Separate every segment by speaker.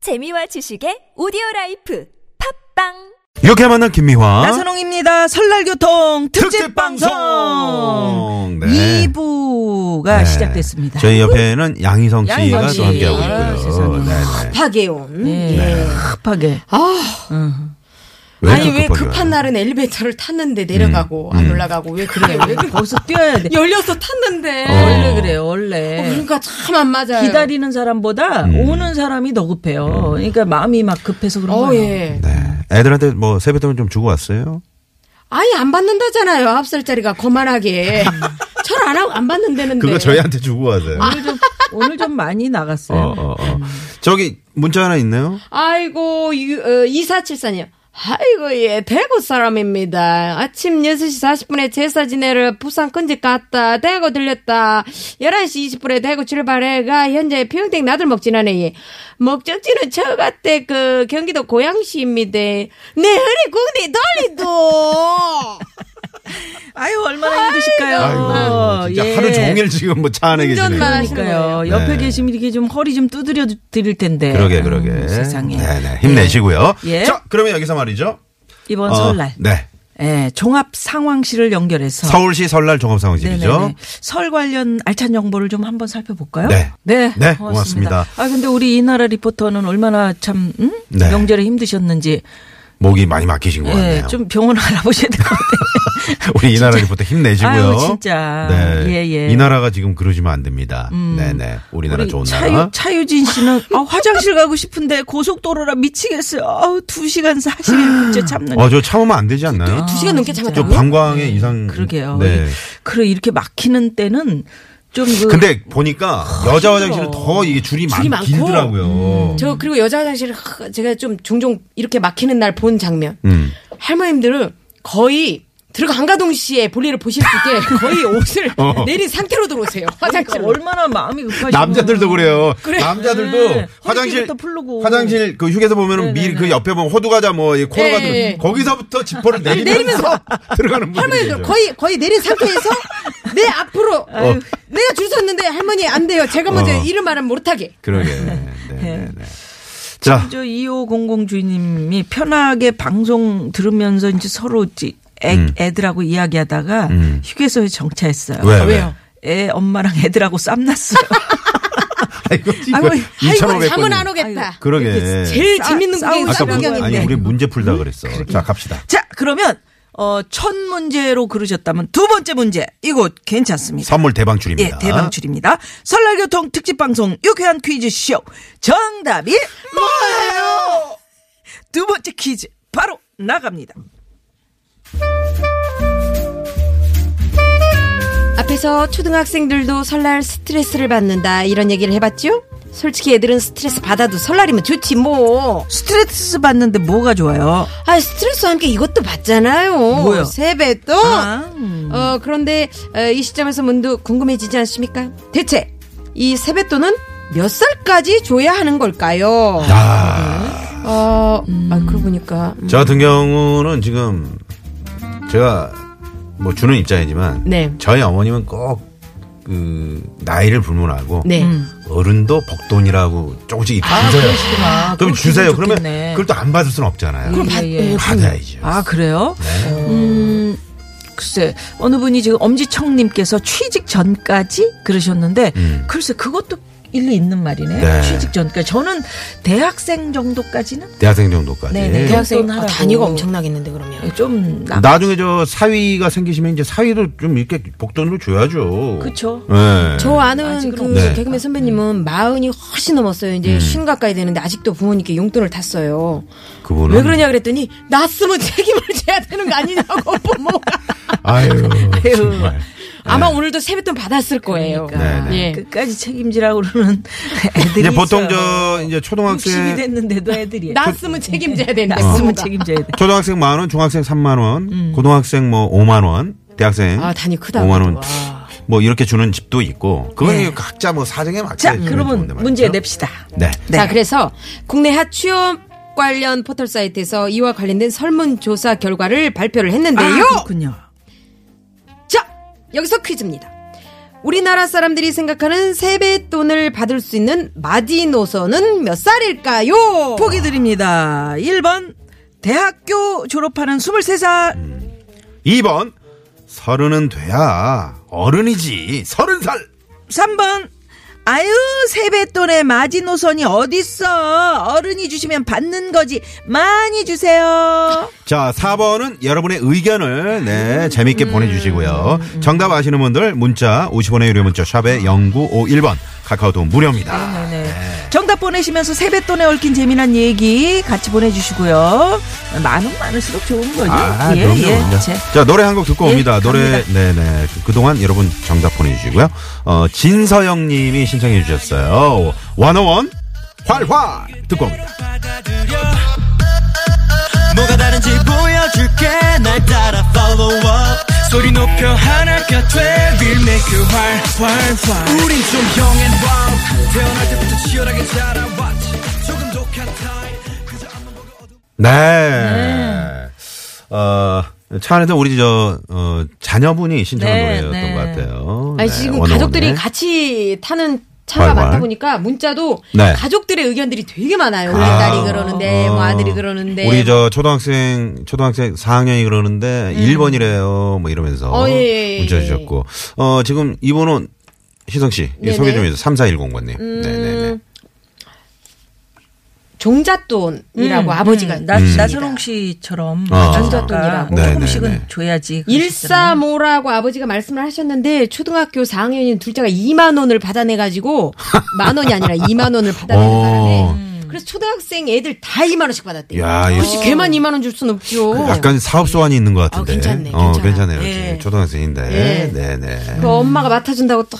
Speaker 1: 재미와 지식의 오디오 라이프 팝빵
Speaker 2: 이렇게 만난 김미화.
Speaker 3: 나선홍입니다. 설날교통
Speaker 2: 어? 특집 방송.
Speaker 3: 특집방송
Speaker 2: 네.
Speaker 3: 2부가
Speaker 2: 네.
Speaker 3: 시작됐습니다.
Speaker 2: 저희 옆에는 양희성 씨가
Speaker 3: 양희성 씨.
Speaker 2: 또 함께하고
Speaker 3: 아유,
Speaker 2: 있고요.
Speaker 3: 세상에.
Speaker 2: 네네.
Speaker 4: 급하게 온.
Speaker 3: 네.
Speaker 4: 예.
Speaker 3: 급하게.
Speaker 4: 아,
Speaker 2: 왜
Speaker 4: 아니
Speaker 2: 이렇게
Speaker 4: 왜
Speaker 2: 급하게
Speaker 4: 급한
Speaker 2: 와요? 음.
Speaker 4: 날은 엘리베이터를 탔는데 내려가고 안 올라가고 왜 그래요? 왜 그래?
Speaker 3: 벌써 뛰어야 돼.
Speaker 4: 열려서 탔는데.
Speaker 2: 어. 네.
Speaker 3: 원래 그래요. 원래.
Speaker 4: 어, 그러니까 참 안 맞아요. 어,
Speaker 3: 기다리는 사람보다
Speaker 2: 음.
Speaker 3: 오는 사람이 더 급해요. 그러니까 마음이 막 급해서 그런
Speaker 4: 어,
Speaker 3: 거예요.
Speaker 4: 예.
Speaker 2: 네. 애들한테 뭐 세뱃돈 좀 주고 왔어요?
Speaker 4: 아예 안 받는다잖아요. 아홉 살짜리가 거만하게.
Speaker 2: 음.
Speaker 4: 철 안 하고 안 받는다는데.
Speaker 3: 네.
Speaker 2: 그거 저희한테 주고 왔어요.
Speaker 3: 오늘 좀, 오늘 좀 많이 나갔어요.
Speaker 2: 어, 어, 어. 저기 문자 하나 있네요?
Speaker 4: 아이고, 유, 어, 2474님. 아이고, 예, 대구 사람입니다. 아침 6시 40분에 제사 지내러 부산 큰집 갔다. 대구 들렸다. 11시 20분에 대구 출발해가 현재 평택 나들목 지나네. 예. 목적지는 처갓댁 그 경기도 고양시입니다. 네, 내 흐리 국내 돌리도!
Speaker 3: 아유, 얼마나 힘드실까요?
Speaker 2: 아이고, 진짜
Speaker 3: 어, 예.
Speaker 2: 하루 종일 지금 뭐 차 안에 계시네요. 네.
Speaker 4: 운전만 하시는
Speaker 3: 그러니까요. 옆에 계시면 이렇게 좀 허리 좀 두드려 드릴 텐데.
Speaker 2: 그러게, 그러게.
Speaker 3: 아유, 음, 세상에.
Speaker 2: 네네. 힘내시고요.
Speaker 3: 예.
Speaker 2: 자, 그러면 여기서 말이죠.
Speaker 3: 이번
Speaker 2: 어,
Speaker 3: 설날.
Speaker 2: 네.
Speaker 3: 예, 종합 상황실을 연결해서
Speaker 2: 서울시 설날 종합상황실이죠.
Speaker 3: 네네네. 설 관련 알찬 정보를 좀 한번 살펴볼까요?
Speaker 2: 네.
Speaker 3: 네.
Speaker 2: 네, 고맙습니다.
Speaker 3: 아, 근데 우리 이나라 리포터는 얼마나 참, 음?
Speaker 2: 네.
Speaker 3: 명절에 힘드셨는지.
Speaker 2: 목이 많이 막히신 것
Speaker 3: 예,
Speaker 2: 같네요.
Speaker 3: 좀 병원 알아보셔야 될 것 같아요.
Speaker 2: 우리 이나라 리포터 힘내시고요.
Speaker 3: 아유, 진짜.
Speaker 2: 네.
Speaker 3: 예, 예.
Speaker 2: 이 나라가 지금 그러시면 안 됩니다. 네네. 우리나라
Speaker 3: 우리
Speaker 2: 좋은 나라.
Speaker 3: 차유, 차유진 씨는 아, 화장실 가고 싶은데 고속도로라 미치겠어요. 아우, 두 시간 사시일 금째 참는.
Speaker 2: 어, 저 참으면 안 되지 않나요?
Speaker 4: 두 시간 넘게 참았다고요?
Speaker 2: 아, 저 방광에 이상.
Speaker 3: 그러게요.
Speaker 2: 네.
Speaker 3: 그래, 이렇게 막히는 때는 좀 그.
Speaker 2: 근데 보니까 여자 화장실은
Speaker 3: 힘들어. 음.
Speaker 2: 더 이게 줄이,
Speaker 4: 줄이
Speaker 2: 많,
Speaker 4: 많고.
Speaker 2: 길더라고요.
Speaker 4: 저 그리고 여자 화장실 하, 제가 좀 종종 이렇게 막히는 날 본 장면.
Speaker 2: 음.
Speaker 4: 할머님들은 거의 들어가 한가동 씨의 볼일을 보실 수 있게 거의 옷을
Speaker 2: 어.
Speaker 4: 내린 상태로 들어오세요.
Speaker 3: 그러니까
Speaker 4: 화장실로.
Speaker 3: 얼마나 마음이 급하시고
Speaker 2: 남자들도 그래요.
Speaker 4: 그래.
Speaker 2: 남자들도
Speaker 3: 아, 네.
Speaker 2: 화장실
Speaker 3: 허리띠부터 풀르고.
Speaker 2: 화장실 그 휴게소 보면은
Speaker 3: 네네네.
Speaker 2: 밀 그 옆에 보면 호두과자 뭐이 코너가
Speaker 4: 네,
Speaker 2: 들
Speaker 4: 네.
Speaker 2: 거기서부터 지퍼를 내리면서 들어가는 분들이
Speaker 4: 할머니들
Speaker 2: 계세요.
Speaker 4: 거의 거의 내린 상태에서 내 앞으로 어, 내가 줄 섰는데 할머니 안 돼요. 제가 먼저
Speaker 2: 어.
Speaker 4: 이런 말은 못하게.
Speaker 2: 그러게. 네, 네, 네. 자,
Speaker 3: 저 2500 주인님이 편하게 방송 들으면서 이제 서로 지- 애, 애들하고 이야기하다가 휴게소에 정차했어요.
Speaker 2: 왜, 왜요?
Speaker 3: 애 엄마랑 애들하고 쌈났어요.
Speaker 2: 아이고,
Speaker 3: 아이고,
Speaker 2: 이거
Speaker 3: 아이고,
Speaker 2: 2,500
Speaker 4: 아이고 잠은
Speaker 2: 번이네.
Speaker 4: 안 오겠다.
Speaker 2: 그러게.
Speaker 3: 네.
Speaker 4: 제일
Speaker 3: 싸-
Speaker 4: 재밌는
Speaker 3: 싸우는
Speaker 4: 게
Speaker 2: 아까 문,
Speaker 3: 싸구경인데.
Speaker 2: 아니
Speaker 4: 싸구경인데.
Speaker 2: 우리 문제 풀다 그랬어. 자 갑시다.
Speaker 3: 자, 그러면 어, 첫 문제로 그러셨다면 두 번째 문제 이거 괜찮습니다.
Speaker 2: 선물 대방출입니다.
Speaker 3: 예, 대방출입니다. 설날교통 특집 방송 유쾌한 퀴즈쇼 정답이 뭐예요? 두 번째 퀴즈 바로 나갑니다.
Speaker 4: 앞에서 초등학생들도 설날 스트레스를 받는다 이런 얘기를 해봤죠? 솔직히 애들은 스트레스 받아도 설날이면 좋지 뭐.
Speaker 3: 스트레스 받는데 뭐가 좋아요?
Speaker 4: 아 스트레스와 함께 이것도 받잖아요.
Speaker 3: 뭐요?
Speaker 4: 세뱃돈.
Speaker 3: 아, 음.
Speaker 4: 어 그런데 어, 이 시점에서 문득 궁금해지지 않습니까? 대체 이 세뱃돈은 몇 살까지 줘야 하는 걸까요?
Speaker 2: 아,
Speaker 4: 어, 아 그러고 보니까
Speaker 3: 음.
Speaker 2: 저 같은 경우는 지금 제가 뭐 주는 입장이지만
Speaker 4: 네.
Speaker 2: 저희 어머님은 꼭 그 나이를 불문하고
Speaker 4: 네.
Speaker 3: 음.
Speaker 2: 어른도 복돈이라고 조금씩 주세요. 그럼 주세요. 그러면 그걸 또 안 받을 수는 없잖아요.
Speaker 3: 그럼 받- 예.
Speaker 2: 받아야죠. 네.
Speaker 3: 아 그래요? 음, 글쎄 어느 분이 지금 엄지청님께서 취직 전까지 그러셨는데
Speaker 2: 음.
Speaker 3: 글쎄 그것도 일리 있는 말이네.
Speaker 2: 네.
Speaker 3: 취직 전까지 저는 대학생 정도까지는
Speaker 2: 대학생 정도까지.
Speaker 3: 네네.
Speaker 4: 대학생
Speaker 3: 또
Speaker 4: 아,
Speaker 3: 하라고.
Speaker 4: 단위가 엄청나겠는데
Speaker 3: 네.
Speaker 4: 그러면.
Speaker 3: 좀 나.
Speaker 2: 나중에 저 사위가 생기시면 이제 사위도 좀 이렇게 복돈으로 줘야죠.
Speaker 3: 그쵸.
Speaker 2: 네.
Speaker 4: 저 아는
Speaker 3: 아직은
Speaker 4: 그
Speaker 2: 없- 네.
Speaker 4: 개그맨
Speaker 3: 음.
Speaker 4: 선배님은 마흔이 훨씬 넘었어요. 이제 쉰 가까이 되는데 아직도 부모님께 용돈을 탔어요.
Speaker 2: 그분은
Speaker 4: 왜 그러냐 그랬더니 낳았으면 책임을 져야 되는 거 아니냐고 부모가.
Speaker 2: 아유, 정말.
Speaker 4: 아마 오늘도 세뱃돈 받았을 거예요.
Speaker 3: 그러니까
Speaker 2: 네,
Speaker 4: 네.
Speaker 3: 끝까지 책임지라고 그러는 애들이
Speaker 2: 이제 보통
Speaker 3: 있어요.
Speaker 2: 저그 이제
Speaker 3: 60이
Speaker 2: 초등학생
Speaker 3: 됐는데도 애들이
Speaker 4: 낳았으면 책임져야
Speaker 2: 네.
Speaker 4: 된다.
Speaker 2: 어.
Speaker 3: 낳았으면
Speaker 4: 부모가.
Speaker 3: 책임져야 돼.
Speaker 2: 초등학생 만 원, 중학생 3만 원, 고등학생 뭐 5만 원, 대학생
Speaker 4: 아, 단위 크다.
Speaker 2: 5만 원.
Speaker 4: 와.
Speaker 2: 뭐 이렇게 주는 집도 있고. 그건
Speaker 3: 네.
Speaker 2: 이제 각자 뭐 사정에 맞게
Speaker 3: 자,
Speaker 2: 주면
Speaker 3: 그러면
Speaker 2: 좋은데 네, 말이죠.
Speaker 3: 문제 냅시다.
Speaker 4: 아,
Speaker 2: 네.
Speaker 3: 네.
Speaker 4: 자, 그래서 국내 핫 취업 관련 포털 사이트에서 이와 관련된 설문조사 결과를 발표를 했는데요.
Speaker 3: 아, 그렇군요.
Speaker 4: 자, 여기서 퀴즈입니다. 우리나라 사람들이 생각하는 세뱃돈을 받을 수 있는 마지노선은 몇 살일까요?
Speaker 3: 보기 드립니다. 1번 대학교 졸업하는 23살
Speaker 2: 2번 서른은 돼야 어른이지 서른 살
Speaker 3: 3번 아유 세뱃돈의 마지노선이 어딨어 어른이 주시면 받는 거지 많이 주세요
Speaker 2: 자, 4번은 여러분의 의견을 네, 재밌게 보내주시고요. 정답 아시는 분들 문자 50원의 유료 문자 샵에 0951번 카카오톡
Speaker 3: 네,
Speaker 2: 무료입니다.
Speaker 3: 정답 보내시면서 세뱃돈에 얽힌 재미난 얘기 같이 보내주시고요 많으면 많을수록 좋은 거죠
Speaker 2: 아,
Speaker 3: 예,
Speaker 2: 그럼요.
Speaker 3: 예.
Speaker 2: 그럼요.
Speaker 3: 제-
Speaker 2: 자, 노래 한 곡 듣고
Speaker 3: 예,
Speaker 2: 옵니다. 노래,
Speaker 3: 갑니다.
Speaker 2: 네네. 그동안 여러분 정답 보내주시고요. 어, 진서영 님이 신청해 주셨어요. 101 활활 듣고 옵니다.
Speaker 5: 뭐가 다른지 보여줄게 날 따라 follow up 소리 높여 하나가 돼 We'll make you 활활활 우린 좀 형앤왕 태어날 때부터 치열하게 자라왔지 조금 독한 타입 그저 앞만 보고 어두운
Speaker 2: 네. 어, 차 안에서 우리 저, 어, 자녀분이 신청한
Speaker 3: 네,
Speaker 2: 노래였던
Speaker 3: 네.
Speaker 2: 것 같아요.
Speaker 4: 아니
Speaker 2: 네,
Speaker 4: 지금
Speaker 2: 원어원의.
Speaker 4: 가족들이 같이 타는 차가
Speaker 2: 왈왈.
Speaker 4: 많다 보니까 문자도
Speaker 2: 네.
Speaker 4: 가족들의 의견들이 되게 많아요. 우리 딸이 그러는데 뭐 아들이 그러는데
Speaker 2: 우리 저 초등학생 초등학생 4학년이 그러는데 1번이래요. 뭐 이러면서
Speaker 4: 음. 어, 예, 예, 예.
Speaker 2: 문자 주셨고. 어, 지금 이번은 희성 씨 예,
Speaker 4: 네네. 음.
Speaker 2: 소개 좀 해주세요. 3410번 님. 네, 네, 네.
Speaker 3: 음,
Speaker 4: 종잣돈이라고 아버지가
Speaker 3: 나,
Speaker 4: 주십니다.
Speaker 3: 나선홍 씨처럼
Speaker 2: 아.
Speaker 3: 남자가 뭐
Speaker 2: 네,
Speaker 3: 조금씩은
Speaker 2: 네, 네.
Speaker 3: 줘야지 그러시잖아요.
Speaker 4: 일사모라고 아버지가 말씀을 하셨는데 초등학교 4학년인 둘째가 2만 원을 받아내가지고 만 원이 아니라 2만 원을 받아내는
Speaker 2: 어.
Speaker 4: 바람에 그래서 초등학생 애들 다 2만 원씩 받았대요.
Speaker 2: 야, 이
Speaker 4: 그렇지 걔만 2만 원 줄 순 없죠.
Speaker 2: 약간 사업 소환이 있는 것 같은데.
Speaker 4: 어, 괜찮네,
Speaker 2: 어,
Speaker 4: 괜찮아.
Speaker 2: 괜찮아요.
Speaker 4: 예.
Speaker 2: 지금 초등학생인데.
Speaker 4: 예.
Speaker 2: 네, 네.
Speaker 4: 그 엄마가 맡아준다고 또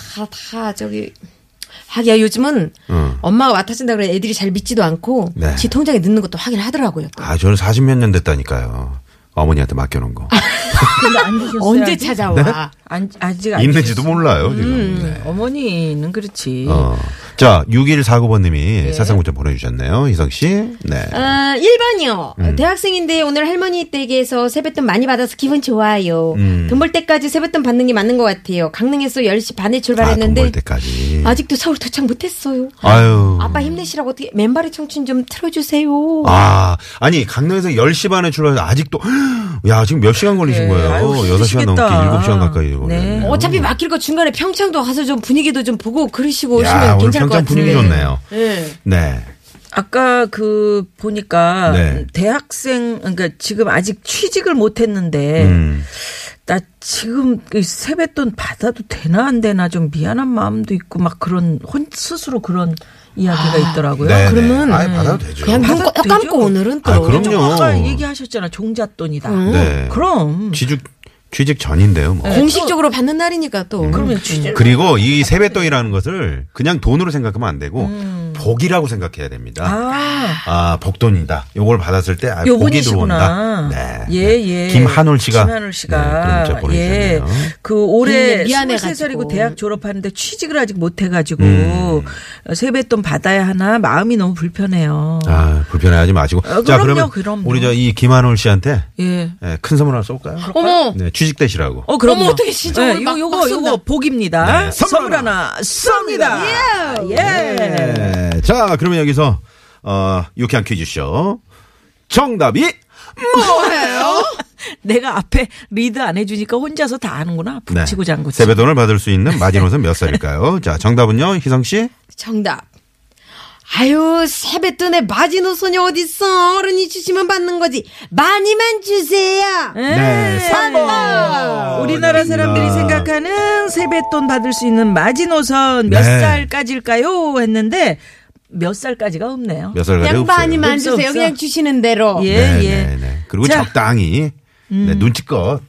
Speaker 4: 다 저기 하기야 요즘은
Speaker 2: 응.
Speaker 4: 엄마가 맡아준다 그래 애들이 잘 믿지도 않고
Speaker 2: 네.
Speaker 4: 지 통장에 넣는 것도 확인을 하더라고요. 또.
Speaker 2: 아, 저는 40 몇 년 됐다니까요. 어머니한테 맡겨 놓은 거.
Speaker 4: 아,
Speaker 3: 근데 안 주셨어요,
Speaker 4: 언제
Speaker 3: 아직?
Speaker 4: 찾아와?
Speaker 2: 네?
Speaker 3: 안, 아직 안
Speaker 4: 그러니까.
Speaker 2: 있는지도
Speaker 3: 주셨어요.
Speaker 2: 몰라요,
Speaker 4: 음.
Speaker 2: 지금. 네.
Speaker 3: 어머니는
Speaker 4: 예.
Speaker 3: 그렇지
Speaker 2: 어. 자, 6149번님이 사상구자 보내주셨네요, 희성 씨. 네.
Speaker 4: 아, 1번이요.
Speaker 2: 음.
Speaker 4: 대학생인데 오늘 할머니 댁에서 세뱃돈 많이 받아서 기분 좋아요.
Speaker 2: 음.
Speaker 4: 돈 벌 때까지 세뱃돈 받는 게 맞는 것 같아요. 강릉에서 10시 반에
Speaker 2: 아, 돈벌
Speaker 4: 출발했는데
Speaker 2: 때까지.
Speaker 4: 아직도 서울 도착 못했어요.
Speaker 2: 아유.
Speaker 4: 아빠 힘내시라고 어떻게 맨발의 청춘 좀 틀어주세요.
Speaker 2: 아, 아니, 강릉에서 10시 반에 출발해서 아직도, 야, 지금 몇 시간 걸리신 거예요?
Speaker 3: 아유,
Speaker 2: 여섯 시간 넘게
Speaker 3: 힘드시겠다.
Speaker 2: 7시간 가까이
Speaker 3: 네.
Speaker 2: 걸렸네요.
Speaker 4: 어차피 막힐 거 중간에 평창도 가서 좀 분위기도 좀 보고 그러시고
Speaker 2: 야,
Speaker 4: 오시면
Speaker 2: 오늘
Speaker 4: 괜찮을 것
Speaker 2: 평창 분위기
Speaker 4: 같은데.
Speaker 2: 좋네요.
Speaker 4: 예.
Speaker 2: 네.
Speaker 3: 아까 그 보니까
Speaker 2: 네.
Speaker 3: 대학생 그러니까 지금 아직 취직을 못 했는데
Speaker 2: 음.
Speaker 3: 나 지금 이 세뱃돈 받아도 되나 안 되나 좀 미안한 마음도 있고 막 그런 혼 스스로 그런 이야기가 있더라고요.
Speaker 2: 네,
Speaker 4: 아, 그러면
Speaker 2: 네. 아예 받아도 되죠.
Speaker 4: 그냥 눈
Speaker 3: 받아도
Speaker 4: 꼭 감고
Speaker 3: 되죠?
Speaker 4: 오늘은 또
Speaker 2: 아, 그럼요.
Speaker 3: 좀 아까 얘기하셨잖아 종잣돈이다.
Speaker 2: 네.
Speaker 3: 그럼
Speaker 2: 취직, 취직 전인데요, 뭐.
Speaker 4: 네, 공식적으로 받는 날이니까 또.
Speaker 2: 음.
Speaker 3: 그러면 취직
Speaker 2: 그리고 이 세뱃돈이라는 것을 그냥 돈으로 생각하면 안 되고, 복이라고 생각해야 됩니다.
Speaker 3: 아
Speaker 2: 아, 복돈이다. 요걸 받았을 때 아, 복이 들어온다.
Speaker 3: 요분이시구나.
Speaker 2: 네.
Speaker 3: 예, 예.
Speaker 2: 김한올 씨가
Speaker 3: 김한올
Speaker 2: 네,
Speaker 3: 씨가.
Speaker 2: 그런 문자
Speaker 3: 예.
Speaker 2: 보내주셨네요.
Speaker 3: 그 올해
Speaker 4: 예, 미안해가지고.
Speaker 3: 23살이고 대학 졸업하는데 취직을 아직 못해가지고
Speaker 2: 음.
Speaker 3: 세뱃돈 받아야 하나 마음이 너무 불편해요.
Speaker 2: 아, 불편해하지 마시고.
Speaker 3: 어,
Speaker 2: 자, 그러면
Speaker 3: 그럼요, 그럼요.
Speaker 2: 우리 저 이 김한올 씨한테
Speaker 3: 예.
Speaker 2: 예, 큰 선물 하나 쏠까요?
Speaker 4: 어머.
Speaker 2: 네, 취직되시라고.
Speaker 3: 어, 그럼.
Speaker 4: 어머, 어떻게 진짜 오늘
Speaker 3: 이거,
Speaker 4: 막-
Speaker 3: 요거,
Speaker 4: 막
Speaker 3: 요거
Speaker 4: 쏜다.
Speaker 3: 복입니다.
Speaker 2: 네,
Speaker 3: 선물,
Speaker 2: 선물
Speaker 3: 하나 쏩니다. 예.
Speaker 2: 네. 자, 그러면 여기서 어, 유쾌한 퀴즈쇼. 정답이
Speaker 3: 내가 앞에 리드 안 해주니까 혼자서 다 아는구나.
Speaker 2: 네.
Speaker 3: 북치고 장구치.
Speaker 2: 세뱃돈을 받을 수 있는 마지노선 몇 살일까요? 자, 정답은요. 희성 씨.
Speaker 4: 정답. 아유 세뱃돈에 마지노선이 어딨어 어른이 주시면 받는 거지 많이만 주세요
Speaker 3: 음. 예.
Speaker 4: 음.
Speaker 2: 네.
Speaker 4: 3번
Speaker 3: 우리나라 사람들이
Speaker 2: 어, 그렇습니다.
Speaker 3: 생각하는 세뱃돈 받을 수 있는 마지노선 몇
Speaker 2: 네.
Speaker 3: 살까지일까요? 했는데 몇 살까지가 없네요.
Speaker 2: 몇 살까지
Speaker 4: 그냥
Speaker 2: 없어요.
Speaker 4: 많이만
Speaker 3: 없어,
Speaker 4: 주세요
Speaker 3: 없어.
Speaker 4: 그냥 주시는 대로
Speaker 3: 예,
Speaker 2: 네,
Speaker 3: 예.
Speaker 2: 네, 네. 그리고
Speaker 3: 자. 음.
Speaker 2: 적당히 네, 눈치껏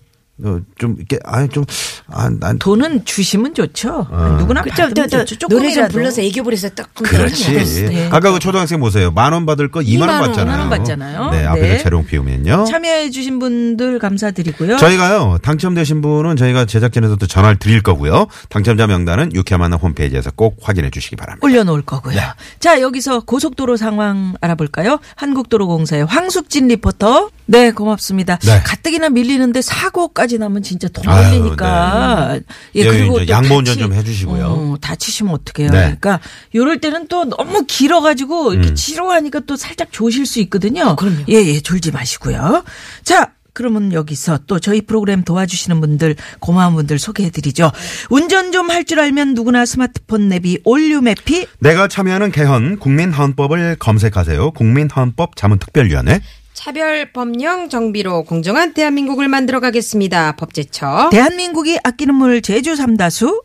Speaker 2: 어, 좀 이렇게 아좀아난
Speaker 3: 돈은 주시면 좋죠.
Speaker 2: 어.
Speaker 3: 누구나
Speaker 4: 그쵸, 저,
Speaker 3: 받으면
Speaker 4: 저,
Speaker 3: 좋죠.
Speaker 4: 노래 좀
Speaker 3: 조금이라도.
Speaker 4: 불러서 애교 부려서 딱
Speaker 2: 그렇지.
Speaker 3: 예.
Speaker 2: 아까 그 초등학생 보세요. 만 원 받을 거 2만 원
Speaker 4: 이만 원,
Speaker 2: 받잖아요.
Speaker 3: 이만 원 받잖아요.
Speaker 2: 네, 앞에서
Speaker 3: 네.
Speaker 2: 재롱 피우면요.
Speaker 3: 참여해 주신 분들 감사드리고요.
Speaker 2: 어? 저희가요 당첨되신 분은 저희가 제작진에서도 전화를 드릴 거고요. 당첨자 명단은 유쾌만화 홈페이지에서 꼭 확인해 주시기 바랍니다.
Speaker 3: 올려놓을
Speaker 2: 네.
Speaker 3: 거고요. 자 여기서 고속도로 상황 알아볼까요? 한국도로공사의 황숙진 리포터. 네, 고맙습니다.
Speaker 2: 네.
Speaker 3: 가뜩이나 밀리는데 사고까지 나면 진짜 더
Speaker 2: 아유,
Speaker 3: 밀리니까.
Speaker 2: 예, 이제
Speaker 3: 또
Speaker 2: 양보 운전
Speaker 3: 다치-
Speaker 2: 좀 해주시고요.
Speaker 3: 어, 다치시면 어떡해요.
Speaker 2: 네. 음.
Speaker 3: 그러니까 요럴 때는 또 너무 길어가지고 이렇게 지루하니까 또 살짝 조실 수 있거든요. 그럼요. 예, 예, 졸지 마시고요. 자. 그러면 여기서 또 저희 프로그램 도와주시는 분들 고마운 분들 소개해드리죠. 운전 좀 할 줄 알면 누구나 스마트폰 내비 올류맵이
Speaker 2: 내가 참여하는 개헌 국민헌법을 검색하세요. 국민헌법 자문특별위원회.
Speaker 4: 차별 법령 정비로 공정한 대한민국을 만들어 가겠습니다. 법제처.
Speaker 3: 대한민국이 아끼는 물 제주 삼다수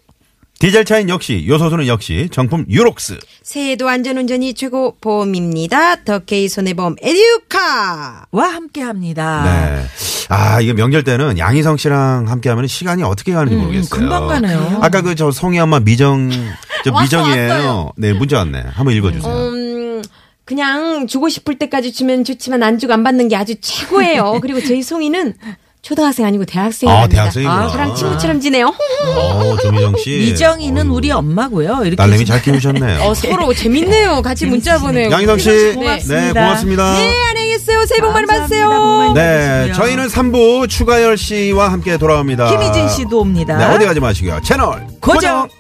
Speaker 2: 디젤 차인 역시 요소수는 역시 정품 유록스.
Speaker 4: 새해도 안전운전이 최고 보험입니다. 더케이 손해보험 에듀카.
Speaker 3: 와 함께합니다.
Speaker 2: 네. 아, 이거 명절 때는 양희성 씨랑 함께 하면 시간이 어떻게 가는지 모르겠어요.
Speaker 3: 음, 금방 가네요.
Speaker 2: 아까 그 저 송이 엄마 미정, 저
Speaker 4: 왔어,
Speaker 2: 미정이에요.
Speaker 4: 왔어요.
Speaker 2: 네, 문자 왔네. 한번 읽어주세요.
Speaker 4: 음, 그냥 주고 싶을 때까지 주면 좋지만 안 주고 안 받는 게 아주 최고예요. 그리고 저희 송이는 초등학생 아니고 대학생이랍니다.
Speaker 2: 아, 대학생이구나.
Speaker 4: 저랑 친구처럼 지내요.
Speaker 2: 어, 조미정 씨.
Speaker 3: 이정희는
Speaker 2: 어유,
Speaker 3: 우리 엄마고요. 이렇게
Speaker 2: 딸내미 잘 키우셨네요.
Speaker 4: 어, 서로 재밌네요. 같이 문자 보내요.
Speaker 2: 양희성 씨. 네,
Speaker 3: 고맙습니다.
Speaker 2: 고맙습니다.
Speaker 4: 네, 안녕히 계세요. 새해 복 많이
Speaker 3: 감사합니다.
Speaker 4: 받으세요.
Speaker 3: 복 많이
Speaker 2: 네,
Speaker 3: 받으시고요.
Speaker 2: 저희는 3부 추가열 씨와 함께 돌아옵니다.
Speaker 3: 김희진 씨도 옵니다.
Speaker 2: 네, 어디 가지 마시고요. 채널
Speaker 3: 고정.
Speaker 2: 고정.